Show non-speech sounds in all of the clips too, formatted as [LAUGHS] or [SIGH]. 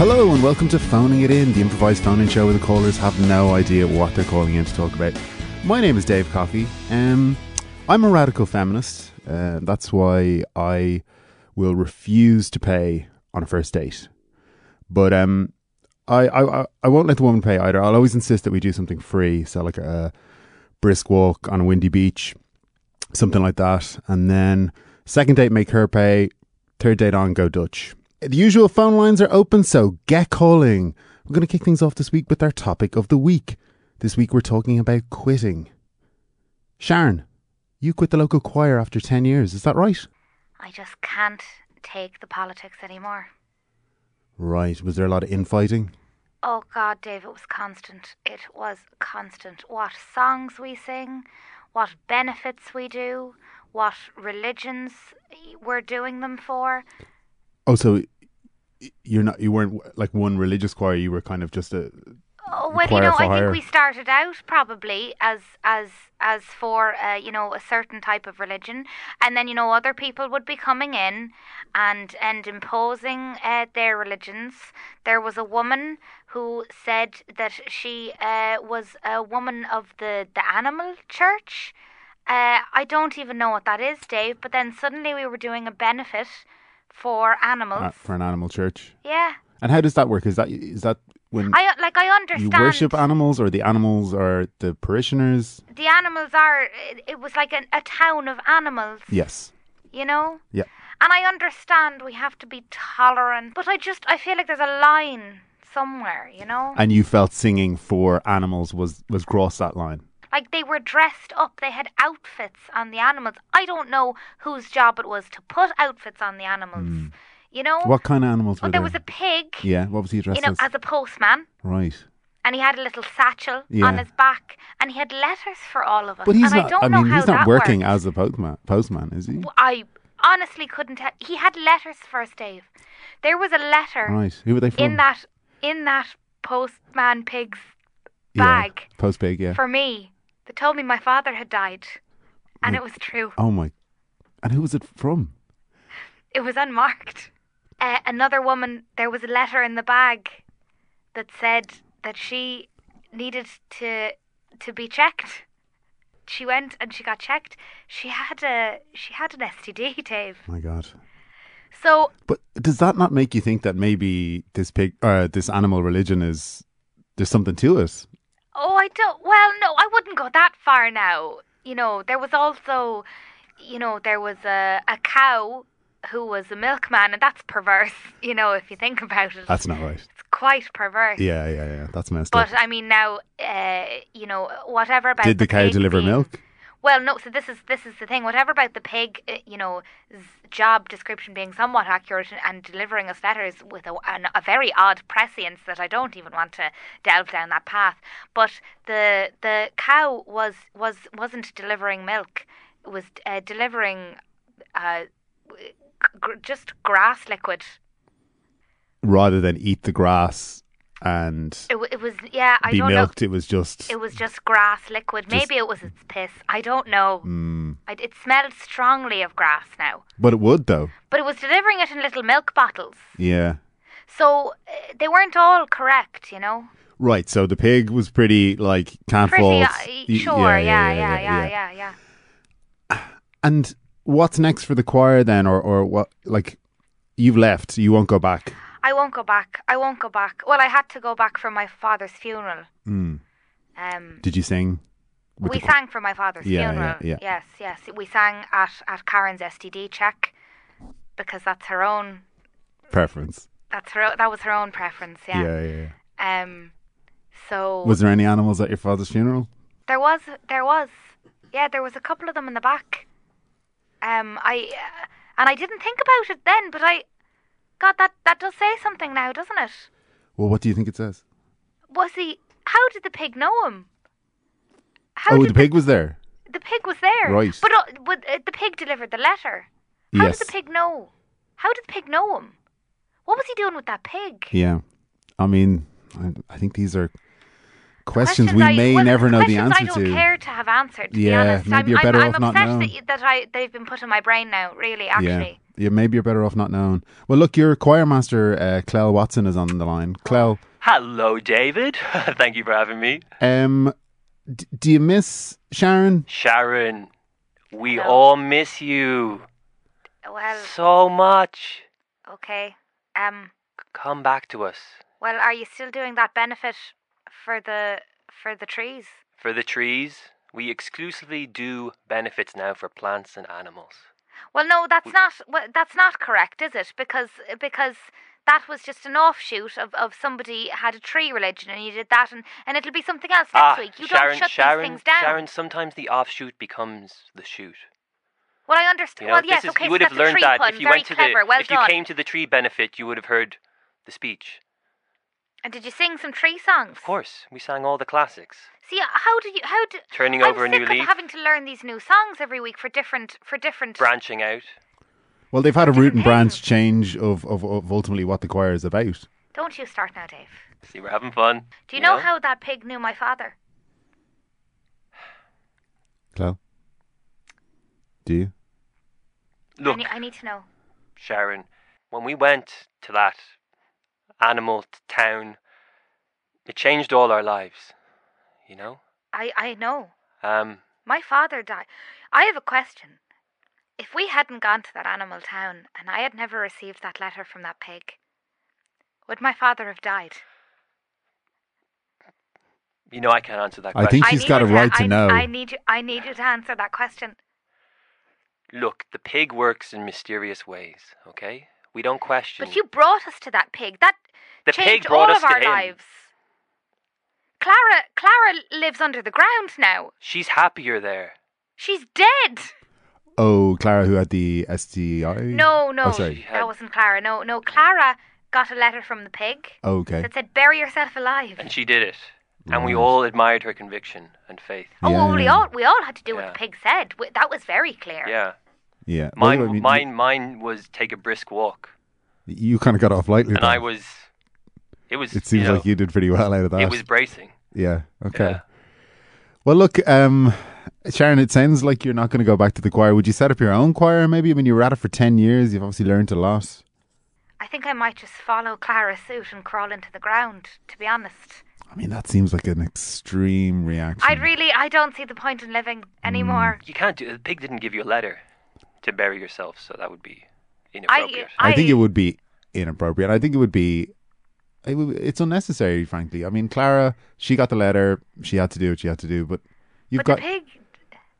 Hello and welcome to Phoning It In, the improvised phone-in show where the callers have no idea what they're calling in to talk about. My name is Dave Coffey. Um, I'm a radical feminist. Uh, that's why I will refuse to pay on a first date. But um, I, I, I- I won't let the woman pay either. I'll always insist that we do something free, so like a brisk walk on a windy beach, something like that. And then second date, make her pay. Third date on, go Dutch. The usual phone lines are open, so get calling. We're going to kick things off this week with our topic of the week. This week we're talking about quitting. Sharon, you quit the local choir after 10 years, is that right? I just can't take the politics anymore. Right. Was there a lot of infighting? Oh God, Dave, it was constant. It was constant. What songs we sing, what benefits we do, what religions we're doing them for. Oh, so y- you're not, you weren't like one religious choir, you were kind of just a, Oh, well, you Choir know, for I hire. think we started out probably as as as for uh, you know a certain type of religion, and then you know other people would be coming in and and imposing uh, their religions. There was a woman who said that she uh, was a woman of the the animal church. Uh, I don't even know what that is, Dave. But then suddenly we were doing a benefit for animals. uh, for an animal church. yeah, And how does that work? Is that, is that when I like I you understand. worship animals or the animals are the parishioners? the animals are it, it was like an, a town of animals Yes. you know Yeah. and i understand we have to be tolerant but i just i feel like there's a line somewhere you know and you felt singing for animals was was gross that line like they were dressed up they had outfits on the animals i don't know whose job it was to put outfits on the animals you know Hmm. what kind of animals were but there was a pig yeah what was he dressed you know as as a postman right and he had a little satchel Yeah. on his back and he had letters for all of us but he's and not i don't know mean how he's not that working worked. as a postman postman is he Well, I honestly couldn't tell. He had letters first, Dave. There was a letter right who were they from in that in that postman pig's Yeah. bag post pig yeah for me that told me my father had died, and it was true. oh my and who was it from It was unmarked. Uh, another woman. There was a letter in the bag that said that she needed to to be checked. She went and she got checked. She had a she had an STD, Dave. my god So but does that not make you think that maybe this pig uh, this animal religion is there's something to it Oh, I don't. Well, no, I wouldn't go that far now. You know, there was also, you know, there was a, a cow who was a milkman, and that's perverse, [LAUGHS] you know, if you think about it. that's not right it's quite perverse. yeah yeah yeah that's messed But up I mean, now, uh, you know, whatever about did the cow pig deliver being- milk Well, no. So this is this is the thing. Whatever about the pig, uh, you know, s- job description being somewhat accurate and delivering us letters with a, an, a very odd prescience that I don't even want to delve down that path. But the the cow was was wasn't delivering milk. It was uh, delivering uh, g- gr- just grass liquid. rather than eat the grass and It, w- it was yeah. I be don't milked it was just know. It was just grass liquid. Just- Maybe it was its piss. I don't know. Mm. I, it smelled strongly of grass now. But it would though. but it was delivering it in little milk bottles. Yeah. So uh, they weren't all correct, you know. Right. So the pig was pretty like can't Pretty fault. uh, Y- sure, yeah yeah yeah yeah, yeah, And what's next for the choir then, or or what? Like you've left, you won't go back. I won't go back. I won't go back. Well, I had to go back for my father's funeral. Mm. Um, Did you sing? with we the- sang for my father's Yeah, funeral. yeah, yeah. Yes, yes. We sang at at Karen's STD check because that's her own. preference. That's her. o- That was her own preference. Yeah. Yeah. Yeah, yeah, Um. So Was there any animals at your father's funeral? There was, there was, yeah, there was a couple of them in the back. Um, I uh, and I didn't think about it then, but I, God, that that does say something now, doesn't it? Well, what do you think it says? Was he? How did the pig know him? How oh, did the pig was there. The, pig was there, Right. But uh, but uh, the pig delivered the letter. How yes. did the pig know? How did the pig know him? What was he doing with that pig? Yeah. I mean, I, I think these are questions, we I- may well, never know the questions answer I don't to. care to have answered. To Yeah, be honest. maybe I'm, you're I'm, better I'm off not upset that, knowing. you- that I they've been put in my brain now. Really, Yeah. actually. Yeah, maybe you're better off not knowing. Well, look, your choir master, uh, Clell Watson, is on the line. Clell, Hello, David. [LAUGHS] Thank you for having me. um, d- do you miss Sharon? Sharon, we Hello. all miss you Well, so much. okay. Um. Come back to us Well, are you still doing that benefit for the for the trees? for the trees. We exclusively do benefits now for plants and animals. Well, no, that's not well, that's not correct, is it? Because because that was just an offshoot of, of somebody had a tree religion and you did that, and, and it'll be something else next ah, week. You Sharon, don't shut Sharon, these things down. Sharon. Sometimes the offshoot becomes the shoot. well, I understand. You know, well, this yes, is, okay, you would so have that's a learned tree that pun. if you Very went to clever. the well if done. you came to the tree benefit, you would have heard the speech. and did you sing some tree songs? Of course, we sang all the classics. See, how do you how do Turning I'm over a sick new of leaf, having to learn these new songs every week for different for different. branching out. Well, they've had a root and Didn't branch happen. change of, of, of ultimately what the choir is about. Don't you start now, Dave. See, we're having fun. Do you know how that pig knew my father? Clell, do you? I, Look, ne- I need to know. Sharon, when we went to that animal t- town, it changed all our lives. You know. I I know. Um. My father died. I have a question. If we hadn't gone to that animal town and I had never received that letter from that pig, would my father have died? You know, I can't answer that I question. think I he's need got you a right to I, know. I need you. I need you to answer that question. Look, the pig works in mysterious ways. Okay, we don't question. But you brought us to that pig. That The pig changed brought all us of to our him. lives. Clara, Clara lives under the ground now. She's happier there. She's dead. Oh, Clara, who had the STI? No, no, Oh, sorry. that wasn't Clara. No, no, Clara got a letter from the pig Oh, Okay. that said, "Bury yourself alive." And she did it. And we Right. all admired her conviction and faith. Oh, well, we Yeah. all we all had to do what Yeah. the pig said. W that was very clear. Yeah. Yeah. Well, Mine, I mean, mine, mine was take a brisk walk, You kind of got off lightly. and I then. was. It was. It seems you know, like you did pretty well out of that. It was bracing. yeah. Okay. Yeah. Well, look, um, Sharon, it sounds like you're not going to go back to the choir. Would you set up your own choir? Maybe. I mean, you were at it for ten years. You've obviously learned a lot. I think I might just follow Clara's suit and crawl into the ground. To be honest, I mean, that seems like an extreme reaction. I really I don't see the point in living Mm. anymore. You can't do. The pig didn't give you a letter to bury yourself, so that would be I, inappropriate. I think it would be inappropriate. I think it would be. It would, it's unnecessary, frankly. I mean, Clara, she got the letter. She had to do what she had to do, but you've But got the pig,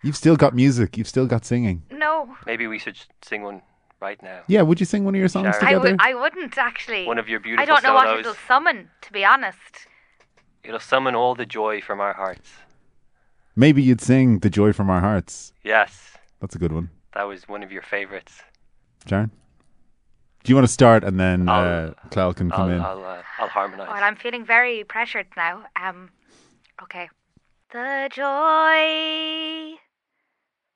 you've still got music. You've still got singing. no, Maybe we should sing one right now. Yeah, would you sing one of your songs Sharon. I together? would I wouldn't actually. One of your I beautiful don't know what solos. it'll summon. To be honest, It'll summon all the joy from our hearts. Maybe you'd sing "The Joy from Our Hearts." Yes, That's a good one, that was one of your favorites. Sharon. Do you want to start and then uh, I'll- Clell can come I'll, in? I'll, uh, I'll harmonize. well, I'm feeling very pressured now. Um, okay. The joy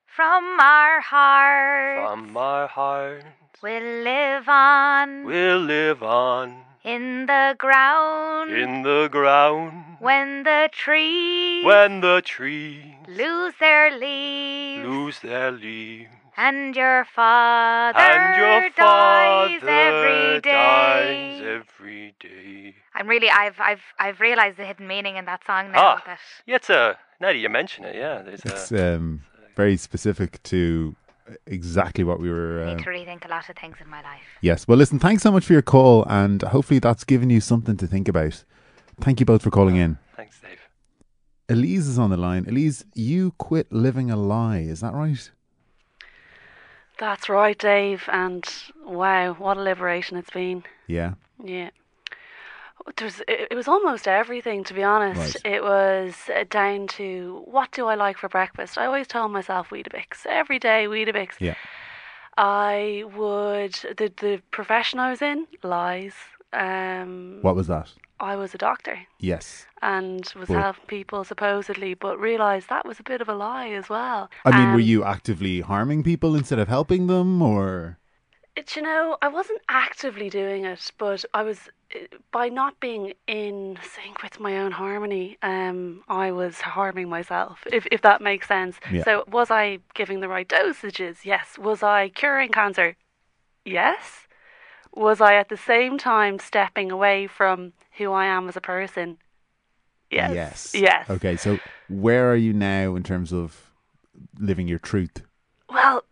from our hearts From our hearts will live on. we'll live on In the ground, in the ground when the trees when the trees lose their leaves, lose their leaves. and your father And your dies father every dies day. every day. I'm really, I've, I've, I've realized the hidden meaning in that song now. Ah, That yeah, it's a. Now that you mention it, yeah, there's uh, It's a. uh, um, very specific to exactly what we were. I Uh, need to rethink a lot of things in my life. Yes. Well, listen, thanks so much for your call, and hopefully that's given you something to think about. Thank you both for calling in. Thanks, Dave. Elise is on the line. Elise, you quit living a lie. Is that right? That's right, Dave. And wow, what a liberation it's been. Yeah. Yeah. There's, it it was almost everything, to be honest. It was uh, down to what do I like for breakfast. I always tell myself Weetabix every day. Weetabix. Yeah. I would the the profession I was in lies. Um, What was that? I was a doctor Yes. and was Well- helping people supposedly, but realised that was a bit of a lie as well. I mean, were Um, you actively harming people instead of helping them, or Do you know, I wasn't actively doing it, but I was eh, by not being in sync with my own harmony, um, I was harming myself, if, if that makes sense. Yeah. So, was I giving the right dosages? Yes. Was I curing cancer? Yes. Was I at the same time stepping away from who I am as a person? Yes. Yes. Yes. Okay, so where are you now in terms of living your truth? Well,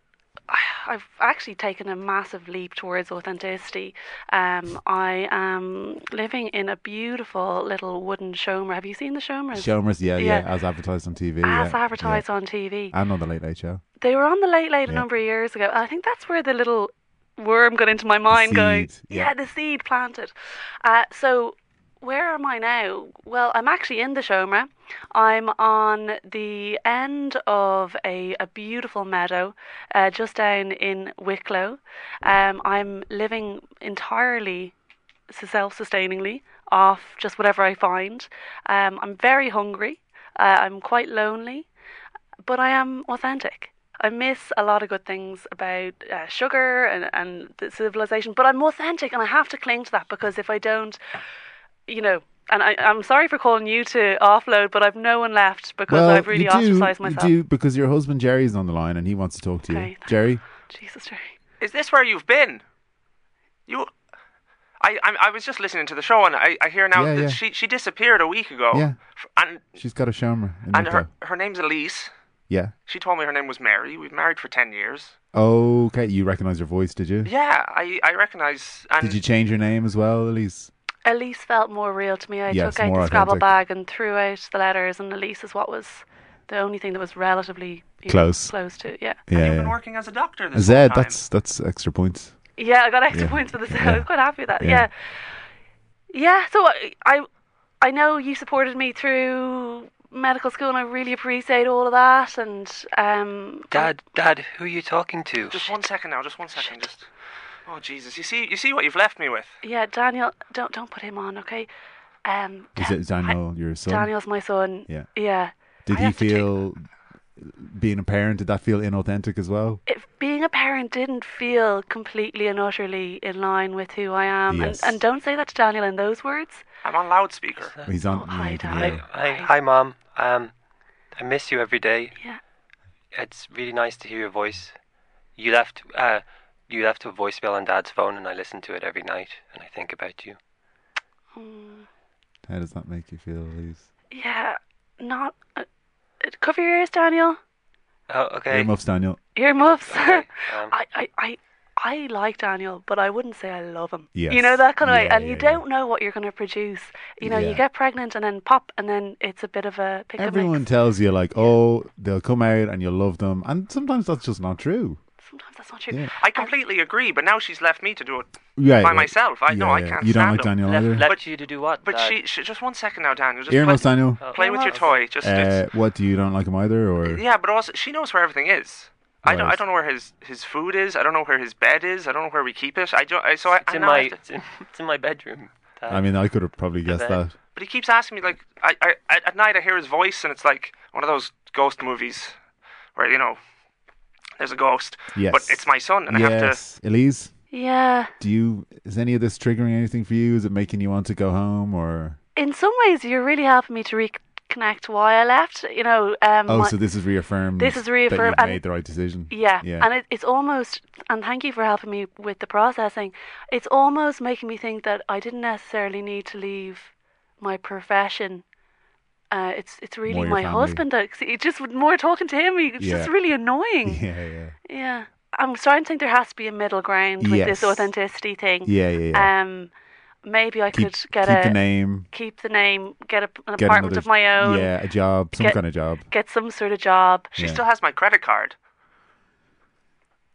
I've actually taken a massive leap towards authenticity. Um, I am living in a beautiful little wooden shomer. Have you seen the shomers? Showmers, yeah, yeah, Yeah. as advertised on TV. As yeah, advertised on TV. yeah. And on the Late Late Show. They were on the Late Late Yeah. a number of years ago. I think that's where the little worm got into my mind going, seed, yeah. yeah. the seed planted. Uh, so where am I now? Well, I'm actually in the Shomra. I'm on the end of a, a beautiful meadow uh, just down in Wicklow. Um, I'm living entirely self sustainingly off just whatever I find. Um, I'm very hungry. Uh, I'm quite lonely but I am authentic. I miss a lot of good things about uh, sugar and, and the civilization, but I'm authentic and I have to cling to that because if I don't, you know, and I, I'm sorry for calling you to offload, but I've no one left because I've really you do, ostracized myself. You do because your husband Jerry is on the line and he wants to talk to you. Okay. Jerry, Jesus, Jerry. Is this where you've been? You. I, I, I was just listening to the show and I, I hear now Yeah, that yeah. she she disappeared a week ago. Yeah. F- And she's got a Shomer. In and Wicklow. her her name's Elise. Yeah. She told me her name was Mary. We've married for ten years. Okay, you recognize her voice, did you? Yeah, I I recognise. And Did you change your name as well, Elise? Elise felt more real to me. I Yes, took out more the Scrabble authentic. bag and threw out the letters, and Elise is what was the only thing that was relatively you know, Close. close to. Yeah, and Yeah. you've been yeah. working as a doctor this Zed, whole time. that's that's extra points. Yeah, I got extra Yeah. points for this. [LAUGHS] I Yeah. was quite happy with that. Yeah. Yeah. yeah. so I, I I know you supported me through medical school and I really appreciate all of that and um Dad, Dad, who are you talking to? Just one second now. Just one second. Just. Oh Jesus! You see you see what you've left me with. yeah, Daniel don't don't put him on, okay? Um Is it Daniel, your son? Daniel's my son. Yeah. Yeah. Did I he have to take- feel being a parent? Did that feel inauthentic as well? if being a parent didn't feel completely and utterly in line with who I am, Yes. and, and don't say that to Daniel in those words. I'm on loudspeaker. He's on. Oh, hi, yeah, Dad. yeah. Hi, hi, hi, Mom. Um, I miss you every day. Yeah. It's really nice to hear your voice. You left, uh, you left a voicemail on Dad's phone, and I listen to it every night, and I think about you. Mm, How does that make you feel, Elise? yeah. Not uh, uh, cover your ears, Daniel. Oh, okay. Earmuffs, Daniel. Earmuffs. [LAUGHS] Okay, um, I, I, I, I like Daniel, but I wouldn't say I love him. Yes. You know that kind of way, Yeah, and yeah, you yeah. don't know what you're going to produce. You know, Yeah. you get pregnant and then pop, and then it's a bit of a pick Everyone and mix. tells you like, oh, they'll come out and you'll love them, and sometimes that's just not true. Sometimes that's not true. Yeah. I completely agree, but now she's left me to do it. Yeah. By myself, I- no, I can't You don't stand like them. Daniel left, either. left But- you to do what? But Dad? she, she just one second now, Daniel. Just Earmuffs, play, Daniel. Oh, play with your Earmuffs. toy. Just Uh, it's- what do you don't like him either, or Yeah, but also she knows where everything is. I don't, Right. I don't know where his, his food is. I don't know where his bed is. I don't know where we keep it. I don't. I, so I, it's I in now my, have to- it's in, it's in my bedroom. Dad. I mean, I could have probably guessed then- that. but he keeps asking me like I, I at- at night I hear his voice and it's like one of those ghost movies where you know there's a ghost. Yes. But it's my son and I have to. yes, Elise. Yeah. Do you? Is any of this triggering anything for you? Is it making you want to go home, or In some ways, you're really helping me to reconnect why I left. You know. Um, oh, my- so this is reaffirmed. This is That reaffirmed, you've and- made the right decision. Yeah, Yeah. and it, it's almost, and thank you for helping me with the processing. It's almost making me think that I didn't necessarily need to leave my profession. Uh, it's it's More really your my family. husband that 'cause it just with more talking to him. It's Yeah. just really annoying. [LAUGHS] Yeah. [LAUGHS] yeah, yeah, I'm starting to think there has to be a middle ground with Yes. this authenticity thing. yeah, yeah. yeah. Um, maybe I keep could get keep a the name. keep the name, get a, an Get apartment another, of my own, Yeah, a job, some Get- kind of job. get some sort of job. She Yeah. still has my credit card.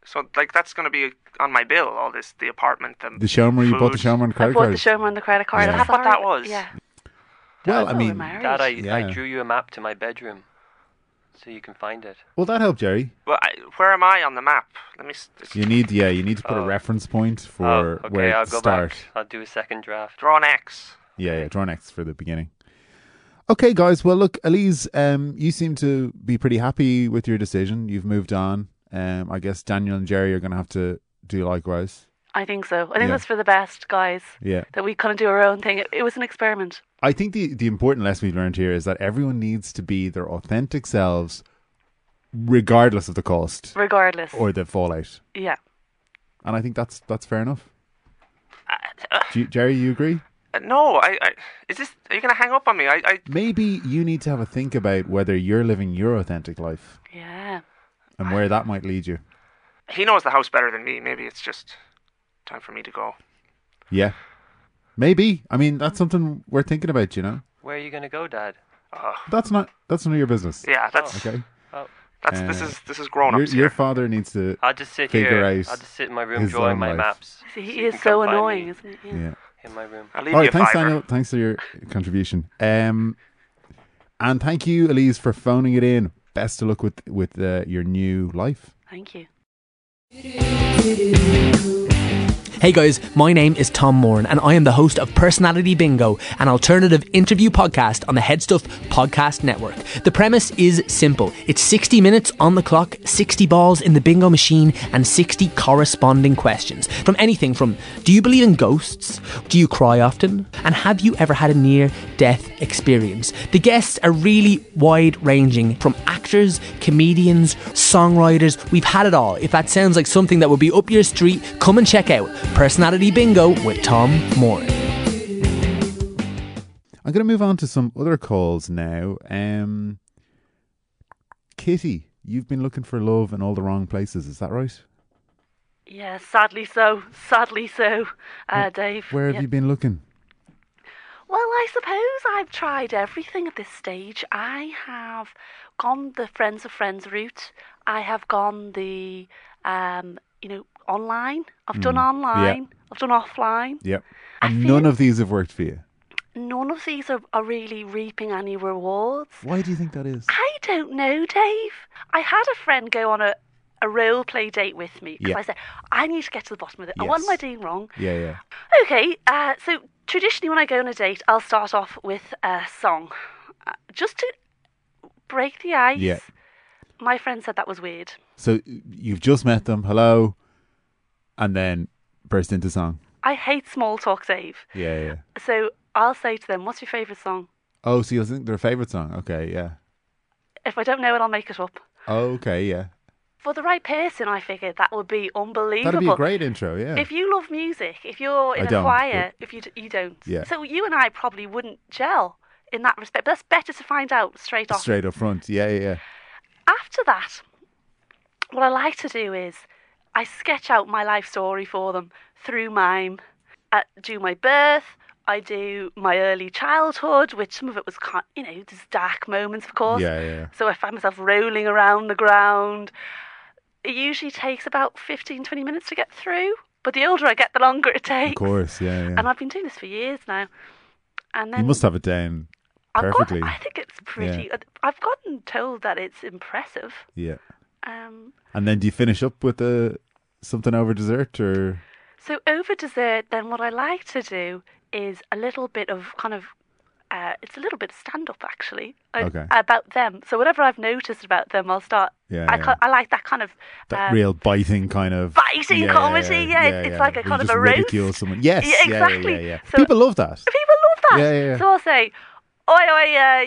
So like that's going to be on my bill. All this, the apartment, the The Shomer, you bought the food. Shomer and I credit bought card. the showroom on the credit card. Yeah. I'm That's what sorry, that was. Yeah. well, I Oh, we're mean, married. Dad, I, Yeah. I drew you a map to my bedroom, so you can find it. well, that helped, Jerry. Well, I, where am I on the map? Let me. s- It's You need, yeah, you need to put a Oh. reference point for oh, okay, where I'll to go start. back. I'll do a second draft. draw an X. Yeah, yeah, draw an X for the beginning. Okay, guys. Well, look, Elise, um, you seem to be pretty happy with your decision. You've moved on. Um, I guess Daniel and Jerry are going to have to do likewise. I think so. I think Yeah. that's for the best, guys. Yeah. That we kind of do our own thing. It, it was an experiment. I think the, the important lesson we've learned here is that everyone needs to be their authentic selves, regardless of the cost Regardless. or the fallout. yeah. And I think that's that's fair enough. Do you, Jerry, you agree? Uh, no, I, I. Is this? Are you gonna hang up on me? I. I Maybe you need to have a think about whether you're living your authentic life Yeah. and where that might lead you. he knows the house better than me. Maybe it's just time for me to go. Yeah. Maybe. I mean, that's something we're thinking about, you know? Where are you going to go, Dad? That's not that's none of your business. Yeah, that's Okay. that's this Uh, is this is grown Your, ups your here. Uh, father needs to I'll just sit Figure here. out I'll just sit in my room his drawing own my life. maps. See, So he you is can so come find annoying, me isn't he? Yeah. In my room. I'll leave All you right, a thanks, fiver. Daniel. Thanks for your contribution. Um, and thank you, Elise, for phoning it in. Best of luck with with uh, your new life. Thank you. Hey guys, my name is Tom Moran, and I am the host of Personality Bingo, an alternative interview podcast on the Headstuff Podcast Network. The premise is simple it's 60 minutes on the clock, 60 balls in the bingo machine, and 60 corresponding questions. From anything from do you believe in ghosts? Do you cry often? And have you ever had a near death experience? The guests are really wide ranging from actors, comedians, songwriters. We've had it all. If that sounds like something that would be up your street, come and check out Personality Bingo with Tom Moore. I'm going to move on to some other calls now. Um, Kitty, you've been looking for love in all the wrong places. Is that right? Yeah, sadly so. Sadly so, uh, Dave. Where have Yeah. you been looking? Well, I suppose I've tried everything at this stage. I have gone the friends of friends route. I have gone the, um, you know, online. I've done Mm. online. I've done offline. Yep. I And feel- none of these have worked for you. None of these are, are really reaping any rewards. Why do you think that is? I don't know, Dave. I had a friend go on a, a role play date with me because Yeah. I said, I need to get to the bottom of it. And What am I Yes. doing wrong? Yeah, yeah. Okay, uh, so traditionally when I go on a date, I'll start off with a song. Uh, just to break the ice. Yeah. My friend said that was weird. So you've just met them. Hello. And then burst into song. I hate small talk, Dave. Yeah, yeah. So I'll say to them, What's your favourite song? Oh, so you think their favourite song? Okay, yeah. Oh, If I don't know it, I'll make it up. Okay, yeah. For the right person, I figured that would be unbelievable. That'd be a great intro, yeah. If you love music, if you're in I a don't, choir, if you d- you don't, Yeah. so you and I probably wouldn't gel in that respect. But that's better to find out straight off. Straight up front, yeah, yeah, yeah. After that, what I like to do is I sketch out my life story for them through mime. I do my birth. I do my early childhood, which some of it was, kind, you know, there's dark moments, of course. Yeah, yeah, yeah. So I find myself rolling around the ground. It usually takes about 15, 20 minutes to get through, but the older I get, the longer it [LAUGHS] Of takes. course, yeah, And yeah. I've been doing this for years now. And then You must have it down I've got- perfectly. I think it's pretty. uh, I've gotten told that it's impressive. Yeah. Um, And then do you finish up with uh something over dessert or so over dessert, then what I like to do is a little bit of kind of. Uh, it's a little bit stand up actually uh, Okay. about them. So whatever I've noticed about them, I'll start. Yeah, I, yeah. ca- I like that kind of that uh, real biting kind of biting comedy, yeah, it's- it's like a where you kind of just a roast. ridicule someone. Yes, Yeah, yeah, yeah, exactly. Yeah, yeah, So- People love that. [LAUGHS] People love that. Yeah, yeah, yeah. So I'll say, oi, oi, uh,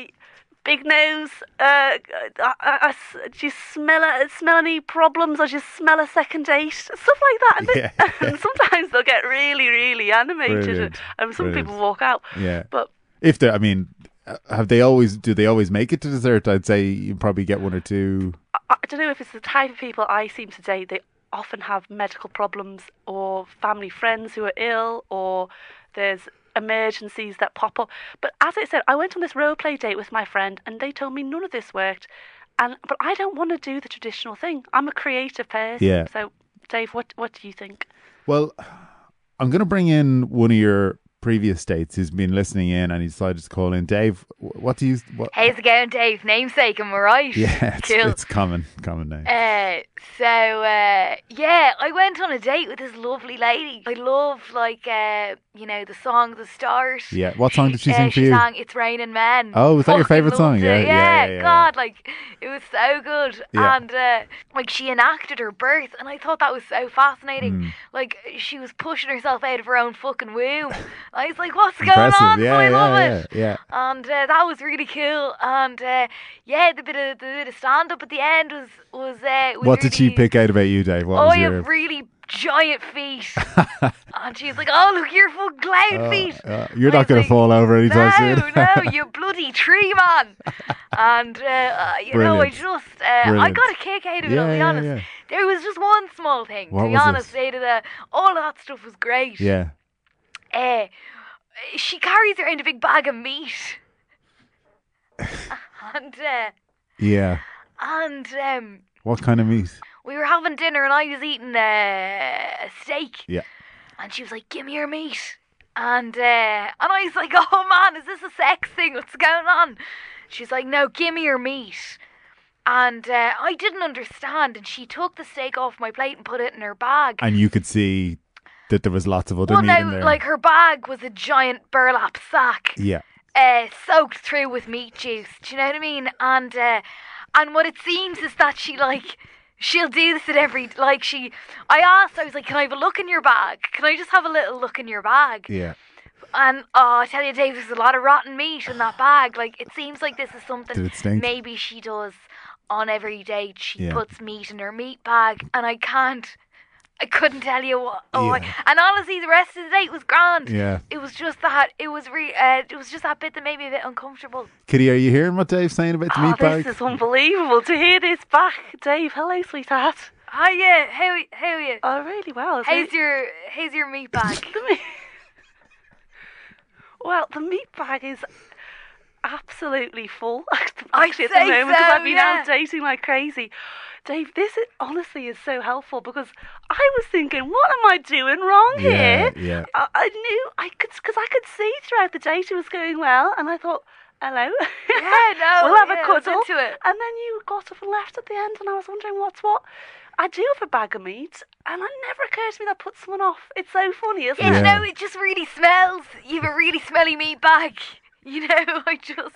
big nose. Uh, I, I- I s- do you smell a, smell any problems, or do you smell a second date? [LAUGHS] Stuff like that. And, they- Yeah, yeah. and [LAUGHS] sometimes they'll get really, really animated, Brilliant, and some brilliant. people walk out. Yeah. But If they, I mean, uh, have they always? Do they always make it to dessert? I'd say you probably get one or two. I, I don't know if it's the type of people I seem to date. They often have medical problems, or family friends who are ill, or there's emergencies that pop up. But as I said, I went on this role play date with my friend, and they told me none of this worked. And but I don't want to do the traditional thing. I'm a creative person. Yeah. So, Dave, what what do you think? Well, I'm going to bring in one of your previous states who's been listening in and he decided to call in. Dave, wh- what do you? What? How's it going, Dave? Namesake, am I right? yeah, [LAUGHS] it's, cool. it's common, common name. Uh, so uh, yeah, I went on a date with this lovely lady. I love like uh, you know the song "The Stars." Yeah, what song did she uh, sing for she you? sang "It's Raining Men." Oh, was that your Fucking favourite song? loved Yeah, it. yeah, yeah, yeah, yeah. God, like it was so good, Yeah. and uh, like she enacted her birth, and I thought that was so Hmm. fascinating. Like she was pushing herself out of her own [LAUGHS] fucking womb. I was like, "What's Impressive. going on?" yeah, so I yeah, love yeah, it yeah. and uh, that was really cool. And uh, yeah, the bit of the bit of stand up at the end was was. Uh, was What did she really- pick out about you, Dave? What Oh, was you your? have really giant feet, [LAUGHS] and she's like, "Oh, look, you're full clown feet." Uh, you're I not going was to like, fall over anytime No, soon. no, [LAUGHS] you bloody tree man! And uh, uh, you know, I Brilliant. just uh, I Brilliant. got a kick out of [LAUGHS] it. Yeah, I'll be yeah, honest. yeah. There was just one small thing. What to be was honest, it? Ada, the- all that stuff was great. yeah. Uh, she carries around a big bag [LAUGHS] of meat. and uh, Yeah. and um, What kind of meat? we were having dinner and I was eating uh, a steak. Yeah. And she was like, "Give me your meat." And uh, and I was like, "Oh man, is this a sex thing? What's going on?" She's like, "No, give me your meat." And uh, I didn't understand, and she took the steak off my plate and put it in her bag. And you could see that there was lots of other well, meat in now, there. like her bag was a giant burlap sack. yeah. uh, soaked through with meat juice. Do you know what I mean? And uh, and what it seems is that she like she'll do this at every like she. I asked. I was like, "Can I have a look in your bag? Can I just have a little look in your bag?" Yeah. And oh, I tell you, Dave, there's a lot of rotten meat in that bag. Like it seems like this is Did something it stink? maybe she does on every date. She Yeah. puts meat in her meat bag, and I can't. I couldn't tell you what. Oh, I- Yeah. and honestly, the rest of the date was grand. Yeah. It was just that. It was re. Uh, it was just that bit that made me a bit uncomfortable. Kitty, are you hearing what Dave's saying about the Oh, meat bag? this is unbelievable to hear this back, Dave. Hello, sweetheart. Hi, yeah. How how are you? Oh, really well. it's How's your how's your meat [LAUGHS] bag? The meat... Well, the meat bag is absolutely full [LAUGHS] I'd actually at say the moment because so, I've been yeah. out dating like crazy. Dave, this is, honestly is so helpful because I was thinking, what am I doing wrong Yeah, here? yeah. I, I knew I could because I could see throughout the date it was going well, and I thought, hello. [LAUGHS] Yeah, no, we'll have yeah, a I was cuddle. into it. And then you got up and left at the end, and I was wondering what's what. I do have a bag of meat, and it never occurred to me that put someone off. It's so funny, isn't Yeah, Yeah. it? [LAUGHS] no, it just really smells. You've a really smelly meat bag. [LAUGHS] You know, I just.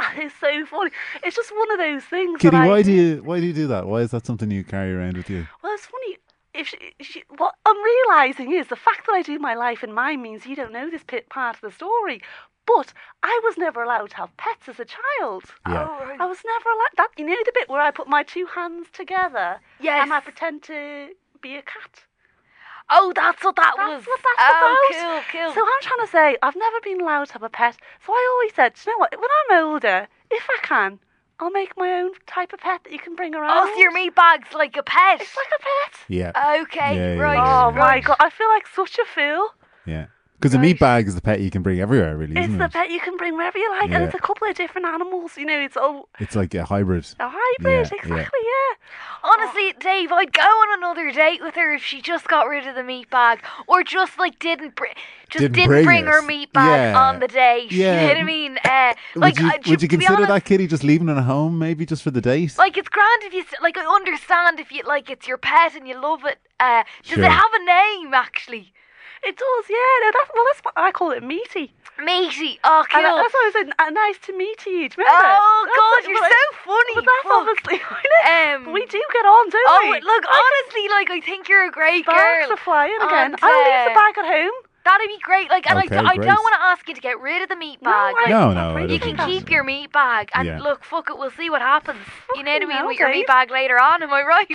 That is so funny. It's just one of those things. Kitty, that I, why do you why do you do that? Why is that something you carry around with you? Well, it's funny. If she, she, what I'm realizing is the fact that I do my life in mine means you don't know this pit part of the story. But I was never allowed to have pets as a child. Yeah. Oh, right. I was never allowed that. You know the bit where I put my two hands together Yes. and I pretend to be a cat. Oh, that's what that was. That's what that's oh, about. cool, cool. So I'm trying to say I've never been allowed to have a pet. So I always said, "Do you know what? When I'm older, if I can, I'll make my own type of pet that you can bring around. oh, so your meat bag's like a pet. It's like a pet. Yeah. okay, Yeah, yeah, right. yeah, Oh yeah. my god, I feel like such a fool. Yeah. Because the meat bag is the pet you can bring everywhere, really, It's isn't the it? pet you can bring wherever you like, Yeah. and it's a couple of different animals. You know, it's all It's like a hybrid. a hybrid. Yeah, yeah. exactly, yeah. Honestly, Dave, I'd go on another date with her if she just got rid of the meat bag, or just like didn't br- just Didn't didn't, bring bring, her it. meat bag Yeah. on the date. Yeah. You know what I mean? Uh, like, would you, uh, to- would you to be consider honest, that kitty just leaving it at home, maybe just for the date? Like it's grand if you s- like. I understand if you like it's your pet and you love it. Uh, does Sure. it have a name actually? It does, yeah. No, that, well, that's what I call it, meaty. Matey. Oh, cool. And that- that's why I said, "N- nice to meet you. Do you remember? oh That's God, like- you're but- so funny. But that's Fuck. obviously. [LAUGHS] I know. [LAUGHS] Um, we do get on, don't Oh, we? wait, look, honestly, like I think you're a great Sparks girl. are flying again. And, I'll leave uh, the bag at home. That'd be great. Like, and Okay, I, d- I great. don't want to ask you to get rid of the meat bag. I- Like, No, I'm no, I pretty you don't can think keep so. your meat bag, and Yeah. look, fuck it, we'll see what happens. You know what I Fucking mean? hell, With your Dave. meat bag later on, am [LAUGHS] I right?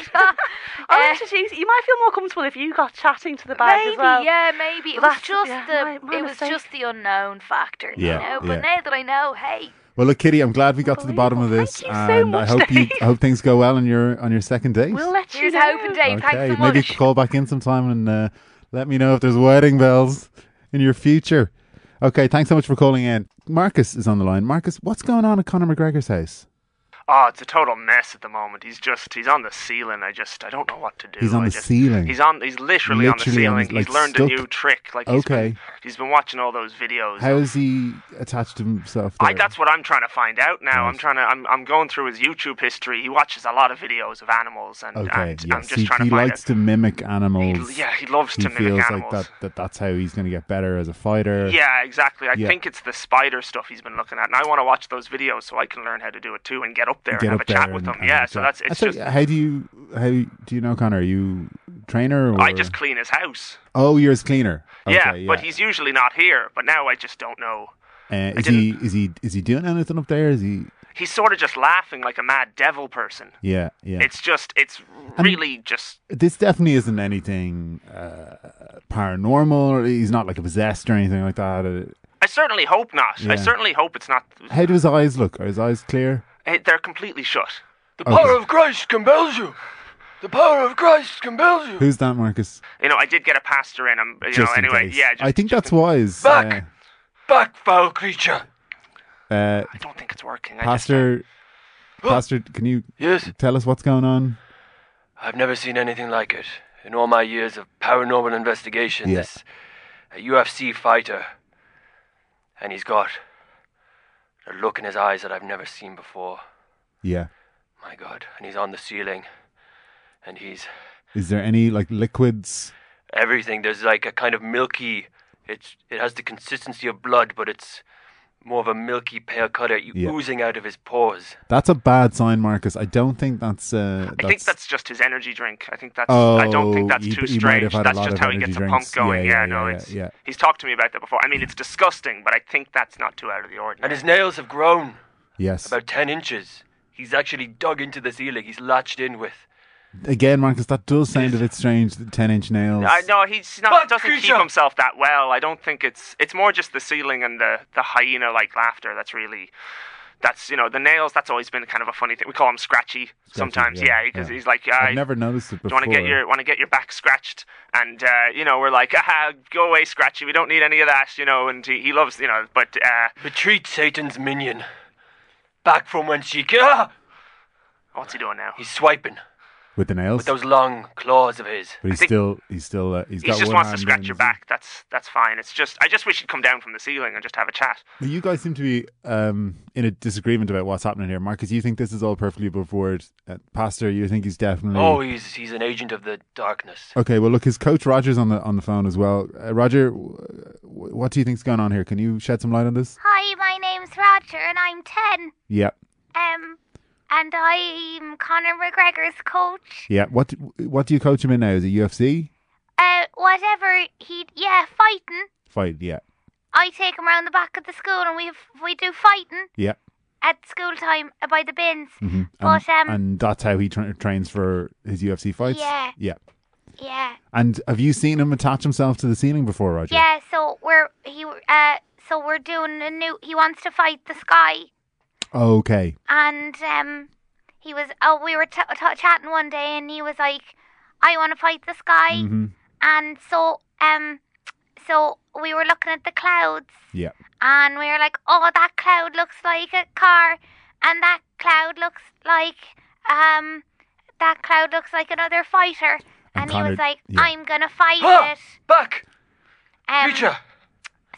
I'll Uh, introduce you. might feel more comfortable if you got chatting to the bag maybe, as well. yeah, maybe. It was That's- just yeah, the my- my it was mistake. just the unknown factor, Yeah, you know. But yeah. now that I know, hey, Well, look, Kitty, I'm glad we got to the bottom of Unbelievable. this, Thank you so and I much, hope you Dave. I hope things go well on your on your second date. We'll let here's you know. hoping, Dave. okay, Thanks so maybe you much. could call back in sometime and uh, let me know if there's wedding bells in your future. Okay, thanks so much for calling in. Marcus is on the line. Marcus, what's going on at Conor McGregor's house? Oh, it's a total mess at the moment. He's just he's on the ceiling. I just I don't know what to do. He's on I the just- ceiling? He's on he's literally, on the Literally on ceiling. his- like, he's learned stuck? a new trick. Like he's Okay. been, he's been watching all those videos. How of- is he attached to himself? There? I, that's what I'm trying to find out now. I'm Nice. trying to. I'm, I'm going through his YouTube history. He watches a lot of videos of animals, and, okay. and I'm yes, just he, trying he to find likes to mimic animals. out. He, yeah, he loves he to feels mimic like animals. that, that. That's how he's going to get better as a fighter. Yeah, exactly. I Yeah. think it's the spider stuff he's been looking at, and I want to watch those videos so I can learn how to do it too and get up there Get and have up a there chat with and- him. and Yeah, have a so chat. that's it's Actually, just. how do you how do you know Connor? Are you trainer? Or? I just clean his house. oh, you're his cleaner. Okay, yeah, but he's usually not here. But now I just don't know. Uh, I is he is he is he doing anything up there? Is he? He's sort of just laughing like a mad devil person. Yeah, yeah. It's just, it's really just. this definitely isn't anything uh, paranormal. He's not like possessed or anything like that. Uh, I certainly hope not. Yeah. I certainly hope it's not. How do his eyes look? Are his eyes clear? Eh, They're completely shut. The Okay. power of Christ compels you. The power of Christ compels you. Who's that, Marcus? You know, I did get a pastor in him. You Just know, in anyway, case. yeah. Just, I think just that's wise. Back. Back, foul creature. Uh, uh, I don't think it's working. I just- Pastor, Oh. Pastor, can you Yes, tell us what's going on? I've never seen anything like it. In all my years of paranormal investigation, Yeah. this a UFC fighter, and he's got a look in his eyes that I've never seen before. Yeah. My God, and he's on the ceiling, and he's Is there any like liquids? everything. There's like a kind of milky. It's it has the consistency of blood, but it's more of a milky pale color you Yeah. oozing out of his pores. That's a bad sign, Marcus. I don't think that's. Uh, I think that's just his energy drink. I think that's. I don't Oh, think that's he- too he might strange. have had a That's lot just of how he energy gets a drinks. pump going. Yeah, Yeah, yeah, no, yeah, it's. yeah. He's talked to me about that before. I mean, it's disgusting, but I think that's not too out of the And ordinary. his nails have grown yes. about ten inches. He's actually dug into the ceiling. He's latched in with. Again, Marcus, that does sound a bit strange. the Ten inch nails. I no, he's not. Fuck doesn't keep creature. himself that well. I don't think it's. It's more just the ceiling and the the hyena like laughter. That's really. That's you know the nails. That's always been kind of a funny thing. We call him Scratchy, sometimes. yeah, Yeah, because yeah. he's like. I, I've never noticed it Do before. you want to get your want to get your back scratched? And uh, you know, we're like, ah, go away, Scratchy. We don't need any of that, you know. And he, he loves, you know, but uh, Retreat, Satan's minion. Back from whence she came. Ah! what's he doing now? He's swiping with the nails? with those long claws of his. but he's think- still, he's still, uh, he's He got just one wants to hand scratch in your his- back. That's that's fine. It's just, I just wish he'd come down from the ceiling and just have a chat. Well, you guys seem to be um, in a disagreement about what's happening here, Marcus. You think this is all perfectly above board, uh, Pastor. You think he's definitely. Oh, he's he's an agent of the darkness. Okay, well, look, his coach Roger's on the on the phone as well. Uh, Roger, w- w- what do you think's going on here? Can you shed some light on this? Hi, my name's Roger and I'm 10. Yeah, Um, and I'm Conor McGregor's coach. yeah. What do- what do you coach him in now? Is it UFC Uh, whatever he, yeah, fighting. fight? Yeah, I take him around the back of the school and we have, we do fighting yeah. at school time uh, by the bins. mhm. But, and, um, and that's how he tra- trains for his UFC fights. Yeah. yeah. Yeah, And have you seen him attach himself to the ceiling before, Roger? yeah. So we're he uh, so we're doing a new. He wants to fight the sky, Okay. and um, he was oh we were t- t- chatting one day, and he was like, I want to fight the sky, hmm and so um, so we were looking at the clouds, Yeah. and we were like, oh that cloud looks like a car, and that cloud looks like um, that cloud looks like another fighter, And and, Connor- he was like, yeah. I'm gonna fight Ah! it. Back, Um, creature.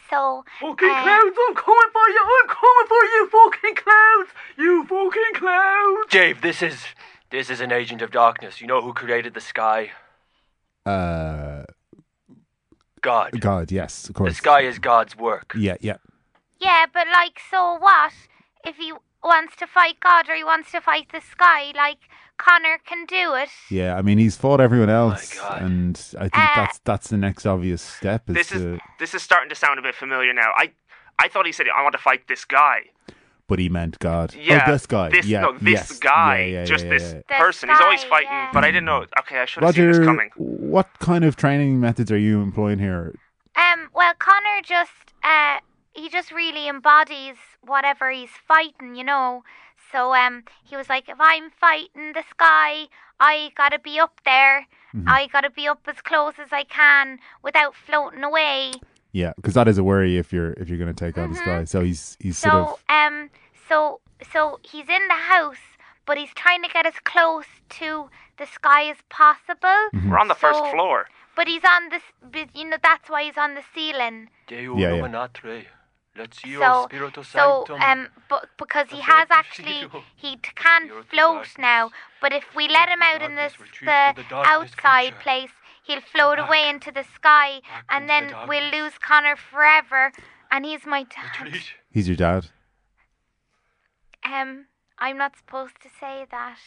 So Fucking uh, I'm coming for you. I'm coming for you, fucking clouds. You fucking clouds. Dave, this is this is an agent of darkness. You know who created the sky? Uh, God. God, yes, of The course. sky is God's work. Yeah, yeah. Yeah, but like, so what? If he wants to fight God or he wants to fight the sky, like Connor can do it. Yeah, I mean he's fought everyone else, God. and I think Uh, that's that's the next obvious step. Is This to, is this is starting to sound a bit familiar now. I I thought he said I want to fight this guy. but he meant God. Yeah, oh, this guy. This, yeah, no, this yes. guy. Yeah, yeah, just yeah, this yeah. yeah. person. This He's always guy, fighting, yeah. but I didn't know. Okay, I should have seen this Roger, coming. what kind of training methods are you employing here? Um, well, Connor just, uh, he just really embodies whatever he's fighting, you know. So, um, he was like, if I'm fighting the sky, I gotta be up there. I gotta be up as close as I can without floating away. Yeah, because that is a worry if you're Mm-hmm. if you're going to take on this guy. So he's he's sort So of um so so he's in the house but he's trying to get as close to the sky as possible. We're on the first So- floor. But he's on this, but, you know, that's why he's on the ceiling. Deo Yeah, yeah. Luminatre. Let's see so, Spirito so Sanctum. um, but because he Sanctum has [LAUGHS] Spiritu. actually, he t- can Spiritu float darkness. now. But if we let him out in Darkness, this retreat the, to the darkness outside creature. place, he'll float Back. away into the sky, Back and into the then we'll darkness. lose Connor forever. And he's my dad. Retreat. He's your dad. Um, I'm not supposed to say that.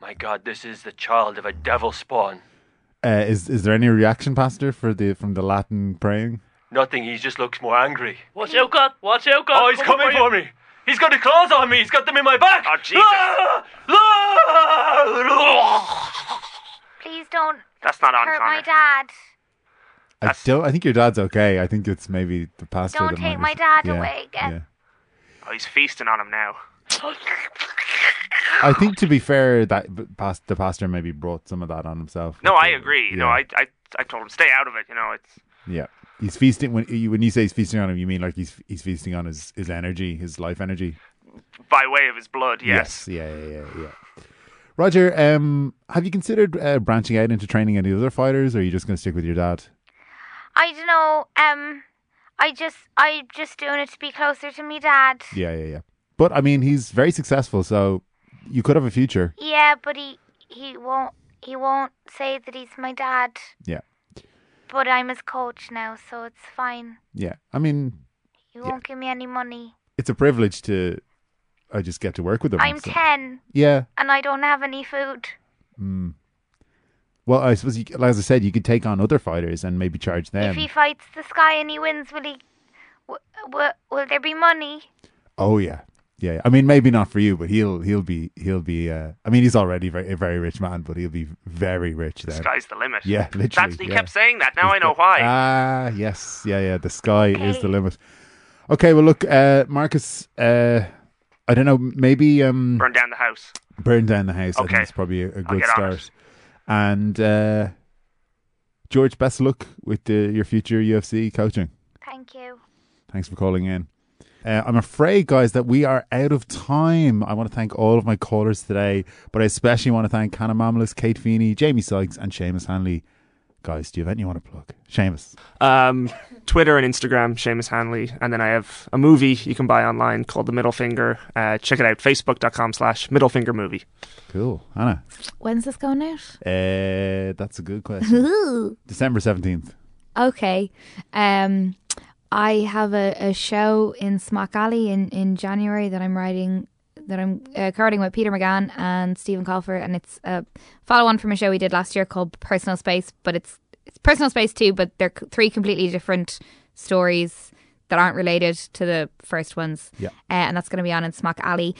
My god, this is the child of a devil spawn. Uh, is is there any reaction, Pastor, for the from the Latin praying? Nothing, he just looks more angry. Watch out, God! Watch out, God! Oh, he's coming for me! He's got the claws on me! He's got them in my back! Oh, Jesus. Ah! Ah! Please don't That's not on hurt my Connor. dad. I That's- don't. I think your dad's okay. I think it's maybe the pastor. Don't that take might my have- dad yeah, away again. yeah. Oh, he's feasting on him now. I think to be fair, that b- pas- the pastor maybe brought some of that on himself. No, Like, I uh, agree. Yeah, No, I, I, I told him stay out of it. You know, it's yeah. He's feasting when you when you say he's feasting on him, you mean like he's he's feasting on his his energy, his life energy. by way of his blood. Yes. Yeah. Yeah. Yeah. yeah. Roger, um, have you considered uh, branching out into training any other fighters, or are you just going to stick with your dad? I don't know. Um, I just, I'm just doing it to be closer to me dad. Yeah, yeah, yeah. But I mean, he's very successful, so you could have a future. Yeah, but he, he won't, he won't say that he's my dad. Yeah. But I'm his coach now, so it's fine. Yeah, I mean, He Yeah. won't give me any money. it's a privilege to. I just get to work with him. I'm so- ten Yeah. and I don't have any food. Mm. Well, I suppose, you, as I said, you could take on other fighters and maybe charge them. If he fights the sky and he wins, will he? W- w- will there be money? Oh yeah. yeah, yeah. I mean, maybe not for you, but he'll he'll be he'll be. Uh, I mean, he's already very, a very rich man, but he'll be very rich then. Sky's the limit. Yeah, literally. That's, he yeah. kept saying that. Now He's I know got- why. Ah, yes, yeah, yeah. The sky is the limit. Okay, well, look, uh, Marcus. Uh, I don't know. Maybe um, burn. Burn down the house. down the house. I Okay. think it's probably a, a I'll good get on it. start. And uh, George, best of luck with uh, your future UFC coaching. Thank you. Thanks for calling in. Uh, I'm afraid, guys, that we are out of time. I want to thank all of my callers today, but I especially want to thank Hannah Mamelis, Kate Feeney, Jamie Sykes, and Seamus Hanley. Guys, do you have anything you want to plug? Seamus. Um, Twitter and Instagram, Seamus Hanley. And then I have a movie you can buy online called The Middle Finger. Uh, check it out, facebook.com slash middle finger movie. Cool. Hannah. When's this going out? Uh, that's a good [LAUGHS] question. December 17th. okay. Um, I have a, a show in Smock Alley in, in January that I'm writing, that I'm uh, co-writing with Peter McGann and Stephen Colfer, and it's a follow-on from a show we did last year called Personal Space, but it's it's Personal Space too, but they're c- three completely different stories that aren't related to the first ones. Yeah. Uh, and that's going to be on in Smock Alley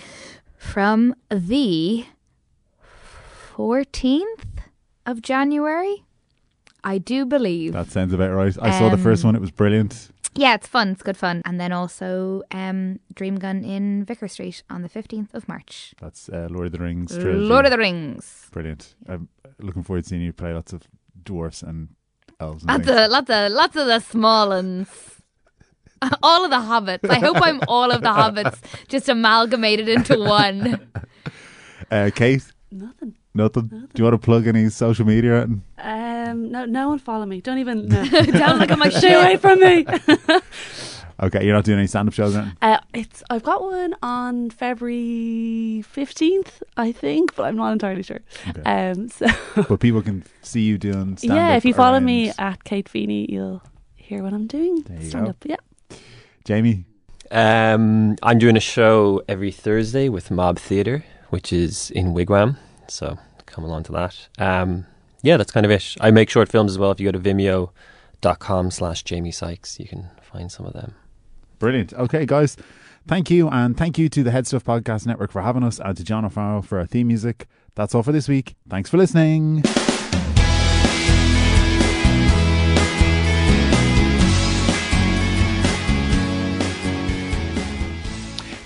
from the 14th of January, I do believe. That sounds about right. I saw the first Um, one. It was brilliant. Yeah, it's fun. It's good fun. And then also um, Dream Gun in Vicar Street on the 15th of March. That's uh, Lord of the Rings trilogy. Lord of the Rings. Brilliant. I'm looking forward to seeing you play lots of dwarfs and elves. And Lots things. of, lots of, lots of the small ones. [LAUGHS] all of the hobbits. I hope I'm all of the hobbits just amalgamated into one. Uh, Kate? Nothing. Nothing. Do you want to plug any social media? or anything? Um, no, no one follow me. Don't [LAUGHS] even. No. Don't look at my Stay away shit. from me. Okay, you're not doing any stand up shows then? uh, it's. I've got one on February fifteenth, I think, but I'm not entirely sure. Okay. Um, [LAUGHS] so But people can see you doing stand up. yeah, if you follow me uh, at Kate Feeney, you'll hear what I'm doing. There you Stand go. up. Yeah. Jamie, Um, I'm doing a show every Thursday with Mob Theatre, which is in Wigwam. So come along to that. Um, yeah, that's kind of it. I make short films as well. If you go to vimeo.com slash Jamie Sykes, you can find some of them. brilliant. Okay, guys, thank you. And thank you to the Head Stuff Podcast Network for having us and to John O'Farrell for our theme music. That's all for this week. Thanks for listening.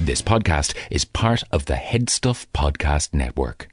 This podcast is part of the Headstuff Podcast Network.